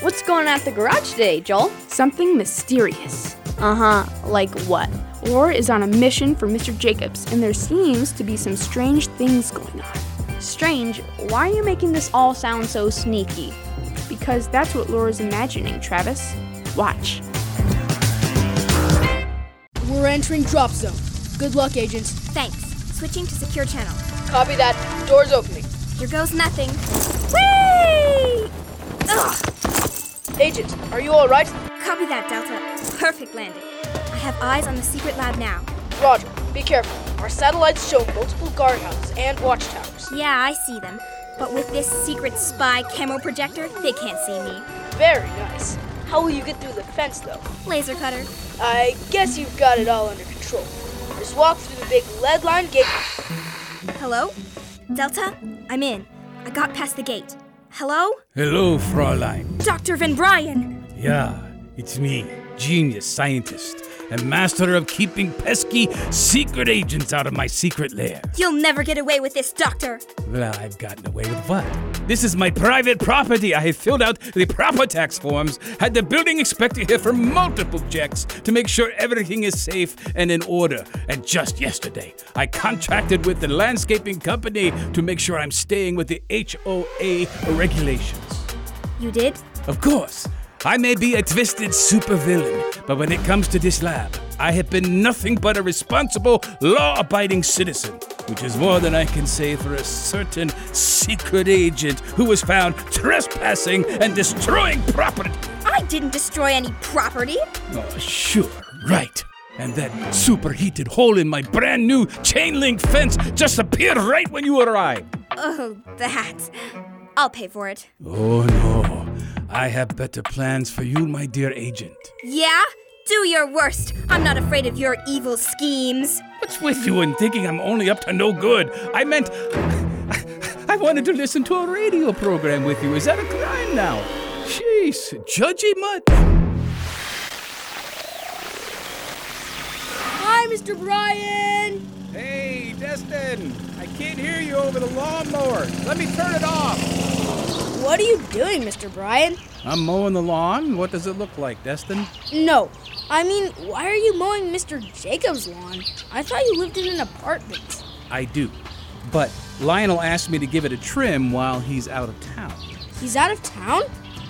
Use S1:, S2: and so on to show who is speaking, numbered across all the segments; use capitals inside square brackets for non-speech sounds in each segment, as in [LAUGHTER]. S1: What's going on at the garage today, Joel?
S2: Something mysterious.
S1: Uh
S3: Uh-huh,
S1: huh. Like what?
S2: Or is on a mission for Mr. Jacobs, and there seems to be some strange things going on.
S1: Strange. Why are you making this all sound so sneaky?
S2: Because that's what Laura's imagining, Travis. Watch.
S3: We're entering drop zone. Good luck, agents.
S4: Thanks. Switching to secure channel.
S3: Copy that. Doors opening.
S4: Here goes nothing.
S1: Whee!
S4: Ugh!
S3: Agent, are you all right?
S4: Copy that, Delta. Perfect landing. I have eyes on the secret lab now.
S3: Roger. Be careful. Our satellites show multiple guardhouses and watchtowers.
S4: Yeah, I see them. But with this secret spy camo projector, they can't see me.
S3: Very nice. How will you get through the fence, though?
S4: Laser cutter.
S3: I guess you've got it all under control. Just walk through the big lead line gate.
S4: Hello? Delta? I'm in. I got past the gate. Hello?
S5: Hello, Fräulein.
S4: Dr. Van Bryan!
S5: Yeah, it's me, genius scientist, and master of keeping pesky secret agents out of my secret lair.
S4: You'll never get away with this, Doctor!
S5: Well, I've gotten away with what? This is my private property. I have filled out the proper tax forms, had the building inspector here for multiple checks to make sure everything is safe and in order. And just yesterday, I contracted with the landscaping company to make sure I'm staying with the HOA regulations.
S4: You did?
S5: Of course, I may be a twisted supervillain, but when it comes to this lab, I have been nothing but a responsible, law abiding citizen, which is more than I can say for a certain secret agent who was found trespassing and destroying property.
S4: I didn't destroy any property!
S5: Oh, sure, right. And that superheated hole in my brand new chain link fence just appeared right when you arrived.
S4: Oh, that. I'll pay for it.
S5: Oh no, I have better plans for you, my dear agent.
S4: Yeah? Do your worst! I'm not afraid of your evil schemes!
S5: What's with you and thinking I'm only up to no good? I meant, I wanted to listen to a radio program with you. Is that a crime now? Jeez, judgy mutt.
S3: Hi, Mr. Bryan!
S5: Hey, Destin, I can't hear you over the lawnmower. Let me turn it off.
S3: What are you doing, Mr. Bryan?
S5: I'm mowing the lawn. What does it look like, Destin?
S3: No. I mean, why are you mowing Mr. Jacob's lawn? I thought you lived in an apartment.
S5: I do. But Lionel asked me to give it a trim while he's out of town.
S3: He's out of town?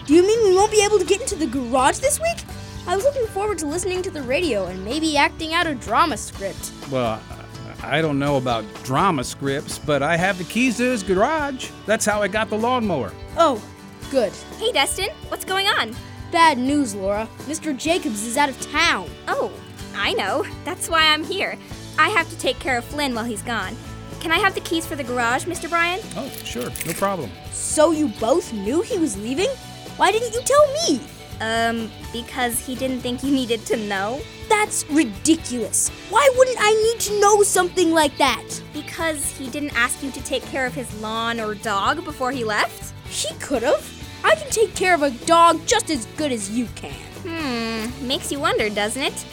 S3: Do you mean we won't be able to get into the garage this week? I was looking forward to listening to the radio and maybe acting out a drama script.
S5: Well, I I don't know about drama scripts, but I have the keys to his garage. That's how I got the lawnmower.
S3: Oh, good.
S4: Hey, Destin, what's going on?
S3: Bad news, Laura. Mr. Jacobs is out of town.
S4: Oh, I know. That's why I'm here. I have to take care of Flynn while he's gone. Can I have the keys for the garage, Mr. Bryan?
S5: Oh, sure, no problem.
S3: So you both knew he was leaving? Why didn't you tell me?
S4: Um, because he didn't think you needed to know?
S3: That's ridiculous. Why wouldn't I need to know something like that?
S4: Because he didn't ask you to take care of his lawn or dog before he left?
S3: He could have. I can take care of a dog just as good as you can.
S4: Hmm, makes you wonder, doesn't it?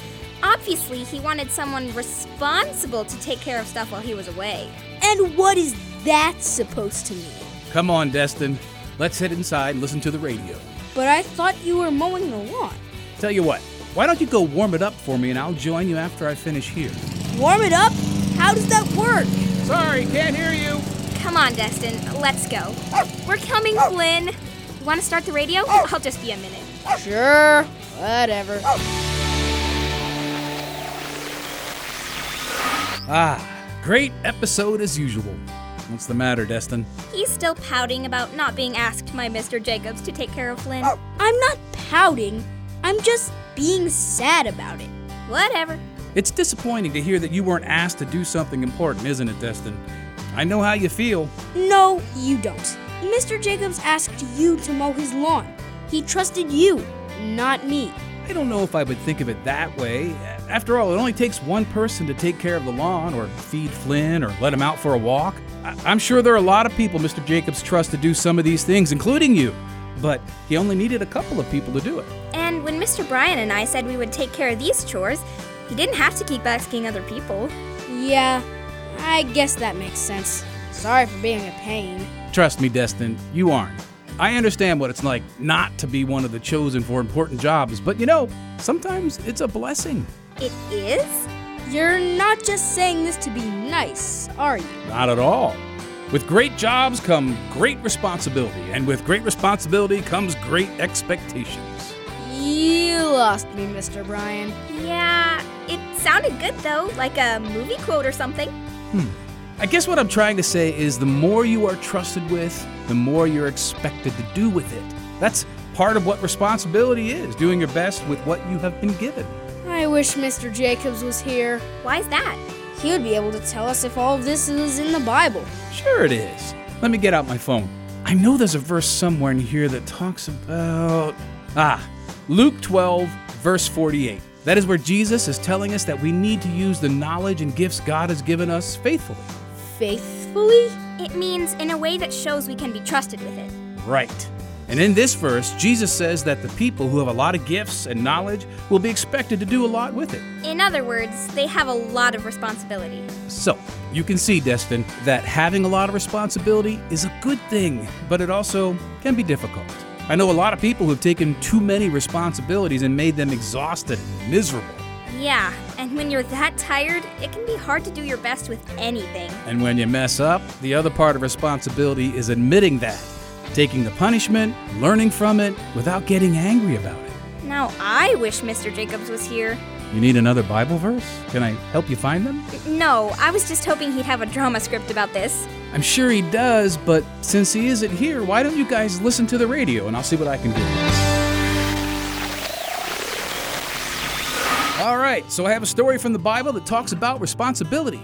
S4: Obviously, he wanted someone responsible to take care of stuff while he was away.
S3: And what is that supposed to mean?
S5: Come on, Destin. Let's head inside and listen to the radio.
S3: But I thought you were mowing the lawn.
S5: Tell you what, why don't you go warm it up for me and I'll join you after I finish here?
S3: Warm it up? How does that work?
S5: Sorry, can't hear you.
S4: Come on, Destin, let's go. We're coming, Flynn. Want to start the radio? I'll just be a minute.
S3: Sure, whatever.
S5: Ah, great episode as usual. What's the matter, Destin?
S4: He's still pouting about not being asked by Mr. Jacobs to take care of Flynn.
S3: I'm not pouting, I'm just being sad about it.
S4: Whatever.
S5: It's disappointing to hear that you weren't asked to do something important, isn't it, Destin? I know how you feel.
S3: No, you don't. Mr. Jacobs asked you to mow his lawn. He trusted you, not me.
S5: I don't know if I would think of it that way. After all, it only takes one person to take care of the lawn or feed Flynn or let him out for a walk. I- I'm sure there are a lot of people Mr. Jacobs trusts to do some of these things, including you. But he only needed a couple of people to do it.
S4: And when Mr. Bryan and I said we would take care of these chores, he didn't have to keep asking other people.
S3: Yeah, I guess that makes sense. Sorry for being a pain.
S5: Trust me, Destin, you aren't. I understand what it's like not to be one of the chosen for important jobs, but you know, sometimes it's a blessing.
S4: It is?
S3: You're not just saying this to be nice, are you?
S5: Not at all. With great jobs come great responsibility, and with great responsibility comes great expectations.
S3: You lost me, Mr. Bryan.
S4: Yeah, it sounded good though, like a movie quote or something.
S5: I guess what I'm trying to say is the more you are trusted with, the more you're expected to do with it. That's part of what responsibility is doing your best with what you have been given.
S3: I wish Mr. Jacobs was here.
S4: Why's that?
S3: He would be able to tell us if all of this is in the Bible.
S5: Sure, it is. Let me get out my phone. I know there's a verse somewhere in here that talks about. Ah, Luke 12, verse 48. That is where Jesus is telling us that we need to use the knowledge and gifts God has given us faithfully.
S3: Faithfully?
S4: It means in a way that shows we can be trusted with it.
S5: Right. And in this verse, Jesus says that the people who have a lot of gifts and knowledge will be expected to do a lot with it.
S4: In other words, they have a lot of responsibility.
S5: So, you can see, Destin, that having a lot of responsibility is a good thing, but it also can be difficult. I know a lot of people who've taken too many responsibilities and made them exhausted and miserable.
S4: Yeah, and when you're that tired, it can be hard to do your best with anything.
S5: And when you mess up, the other part of responsibility is admitting that, taking the punishment, learning from it, without getting angry about it.
S4: Now, I wish Mr. Jacobs was here.
S5: You need another Bible verse? Can I help you find them?
S4: No, I was just hoping he'd have a drama script about this.
S5: I'm sure he does, but since he isn't here, why don't you guys listen to the radio and I'll see what I can do. All right, so I have a story from the Bible that talks about responsibility.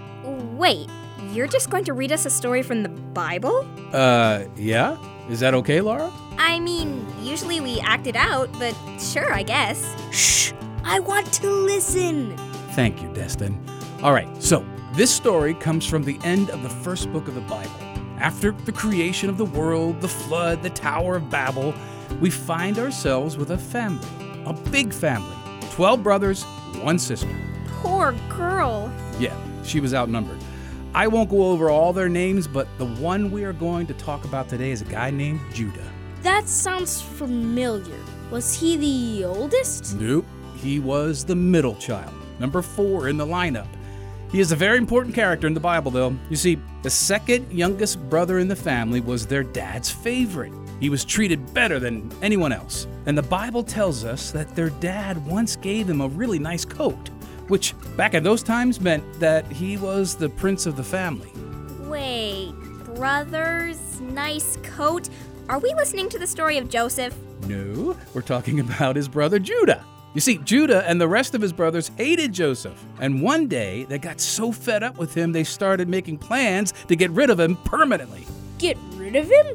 S4: Wait, you're just going to read us a story from the Bible?
S5: Uh, yeah? Is that okay, Laura?
S4: I mean, usually we act it out, but sure, I guess.
S3: Shh! I want to listen!
S5: Thank you, Destin. All right, so this story comes from the end of the first book of the Bible. After the creation of the world, the flood, the Tower of Babel, we find ourselves with a family, a big family 12 brothers, one sister.
S4: Poor girl.
S5: Yeah, she was outnumbered. I won't go over all their names, but the one we are going to talk about today is a guy named Judah.
S3: That sounds familiar. Was he the oldest?
S5: Nope. He was the middle child, number four in the lineup. He is a very important character in the Bible, though. You see, the second youngest brother in the family was their dad's favorite. He was treated better than anyone else. And the Bible tells us that their dad once gave him a really nice coat, which back in those times meant that he was the prince of the family.
S4: Wait, brothers, nice coat. Are we listening to the story of Joseph?
S5: No, we're talking [LAUGHS] about his brother Judah. You see, Judah and the rest of his brothers hated Joseph. And one day, they got so fed up with him, they started making plans to get rid of him permanently.
S3: Get rid of him?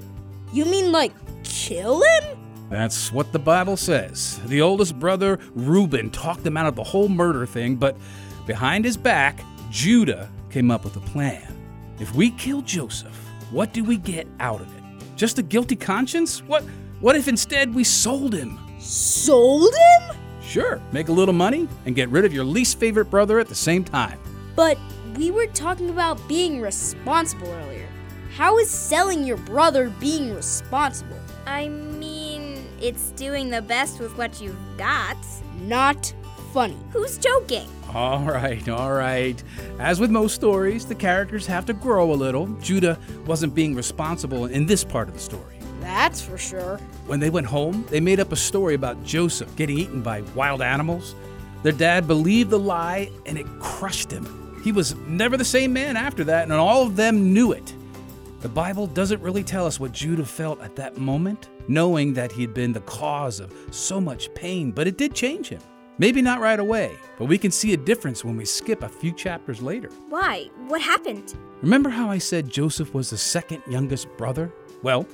S3: You mean like kill him?
S5: That's what the Bible says. The oldest brother, Reuben, talked them out of the whole murder thing, but behind his back, Judah came up with a plan. If we kill Joseph, what do we get out of it? Just a guilty conscience? What what if instead we sold him?
S3: Sold him?
S5: Sure, make a little money and get rid of your least favorite brother at the same time.
S3: But we were talking about being responsible earlier. How is selling your brother being responsible?
S4: I mean, it's doing the best with what you've got.
S3: Not funny.
S4: Who's joking?
S5: All right, all right. As with most stories, the characters have to grow a little. Judah wasn't being responsible in this part of the story.
S3: That's for sure.
S5: When they went home, they made up a story about Joseph getting eaten by wild animals. Their dad believed the lie and it crushed him. He was never the same man after that, and all of them knew it. The Bible doesn't really tell us what Judah felt at that moment, knowing that he'd been the cause of so much pain, but it did change him. Maybe not right away, but we can see a difference when we skip a few chapters later.
S4: Why? What happened?
S5: Remember how I said Joseph was the second youngest brother? Well,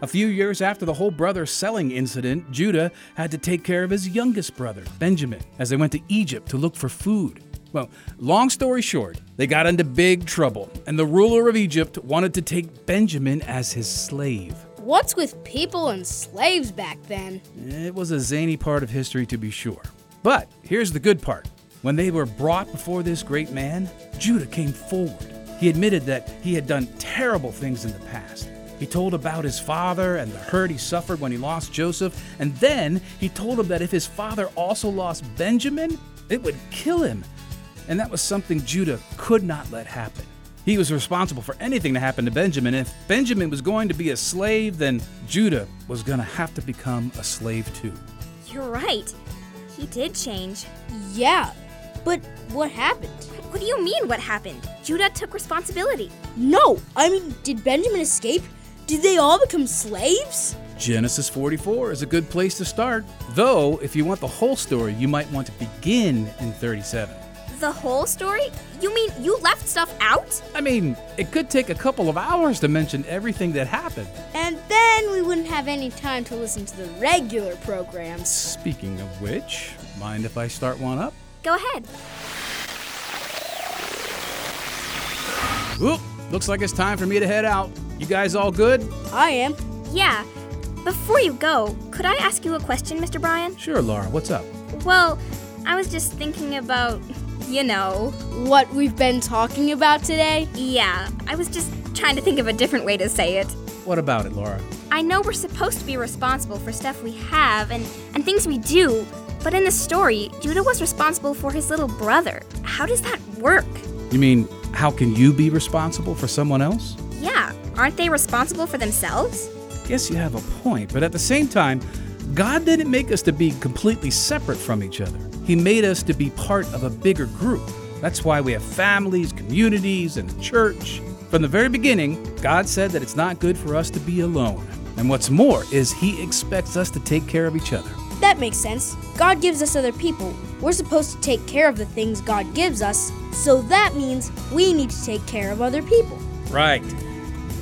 S5: a few years after the whole brother selling incident, Judah had to take care of his youngest brother, Benjamin, as they went to Egypt to look for food. Well, long story short, they got into big trouble, and the ruler of Egypt wanted to take Benjamin as his slave.
S3: What's with people and slaves back then?
S5: It was a zany part of history to be sure. But here's the good part. When they were brought before this great man, Judah came forward. He admitted that he had done terrible things in the past. He told about his father and the hurt he suffered when he lost Joseph, and then he told him that if his father also lost Benjamin, it would kill him. And that was something Judah could not let happen. He was responsible for anything that happened to Benjamin. If Benjamin was going to be a slave, then Judah was going to have to become a slave too.
S4: You're right. He did change.
S3: Yeah, but what happened?
S4: What do you mean, what happened? Judah took responsibility.
S3: No, I mean, did Benjamin escape? Did they all become slaves?
S5: Genesis 44 is a good place to start, though, if you want the whole story, you might want to begin in 37.
S4: The whole story? You mean you left stuff out?
S5: I mean, it could take a couple of hours to mention everything that happened.
S3: And then we wouldn't have any time to listen to the regular programs.
S5: Speaking of which, mind if I start one up?
S4: Go ahead.
S5: Oop, looks like it's time for me to head out. You guys all good?
S3: I am.
S4: Yeah. Before you go, could I ask you a question, Mr. Bryan?
S5: Sure, Laura, what's up?
S4: Well, I was just thinking about, you know.
S3: What we've been talking about today?
S4: Yeah, I was just trying to think of a different way to say it.
S5: What about it, Laura?
S4: I know we're supposed to be responsible for stuff we have and, and things we do, but in the story, Judah was responsible for his little brother. How does that work?
S5: You mean, how can you be responsible for someone else?
S4: Yeah, aren't they responsible for themselves?
S5: Guess you have a point, but at the same time, God didn't make us to be completely separate from each other. He made us to be part of a bigger group. That's why we have families, communities, and church. From the very beginning, God said that it's not good for us to be alone. And what's more is he expects us to take care of each other.
S3: That makes sense. God gives us other people. We're supposed to take care of the things God gives us, so that means we need to take care of other people.
S5: Right.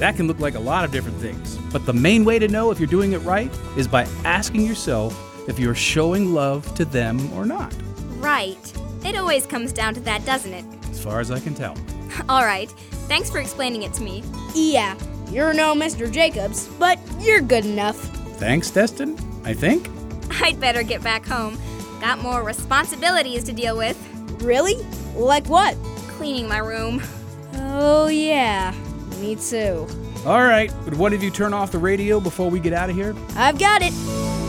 S5: That can look like a lot of different things. But the main way to know if you're doing it right is by asking yourself if you're showing love to them or not,
S4: Right. It always comes down to that, doesn't it? [LAUGHS]
S5: as far as I can tell.
S4: All right. Thanks for explaining it to me. [LAUGHS]
S3: Yeah, you're no Mr. Jacobs, but you're good enough.
S5: Thanks, Destin, I think.
S4: I'd better get back home. Got more responsibilities to deal with.
S3: Really? Like what?
S4: Cleaning my room.
S3: Oh, yeah, me too.
S5: All right, would one of you turn off the radio before we get out of here?
S3: I've got it.